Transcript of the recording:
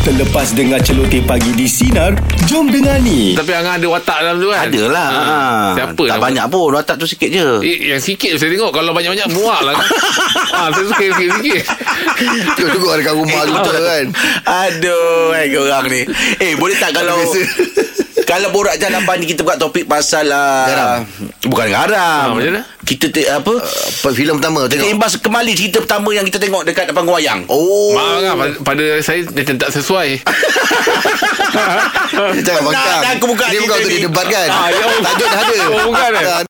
Terlepas dengar celoteh pagi di Sinar, jom dengar ni. Tapi Angah ada watak dalam tu kan Adalah. Ah, Ah. ha. Siapa Tak nama- banyak pun. Watak tu sikit je. Eh, yang sikit saya tengok Kalau banyak-banyak muak lah kan? ha, Saya suka yang sikit-sikit Kau tunggu dekat rumah kita kan Aduh, eh korang ni. Eh, boleh tak kalau Biasa. kalau borak jalapan ni kita buka topik pasal uh, Garam. Ah, Bukan garam. Ha, macam mana? Kita te, apa? Apa filem pertama Kita tengok imbas kembali cerita pertama yang kita tengok dekat panggung wayang. Oh Maaf Angah pada, pada saya Macam tak sesuai Dia jangan Nak- bangkang nak aku buka Dia cerita bukan untuk ni. didebatkan Ah, ya Allah. Tajuk dah ada Oh, bukan, eh? Ah,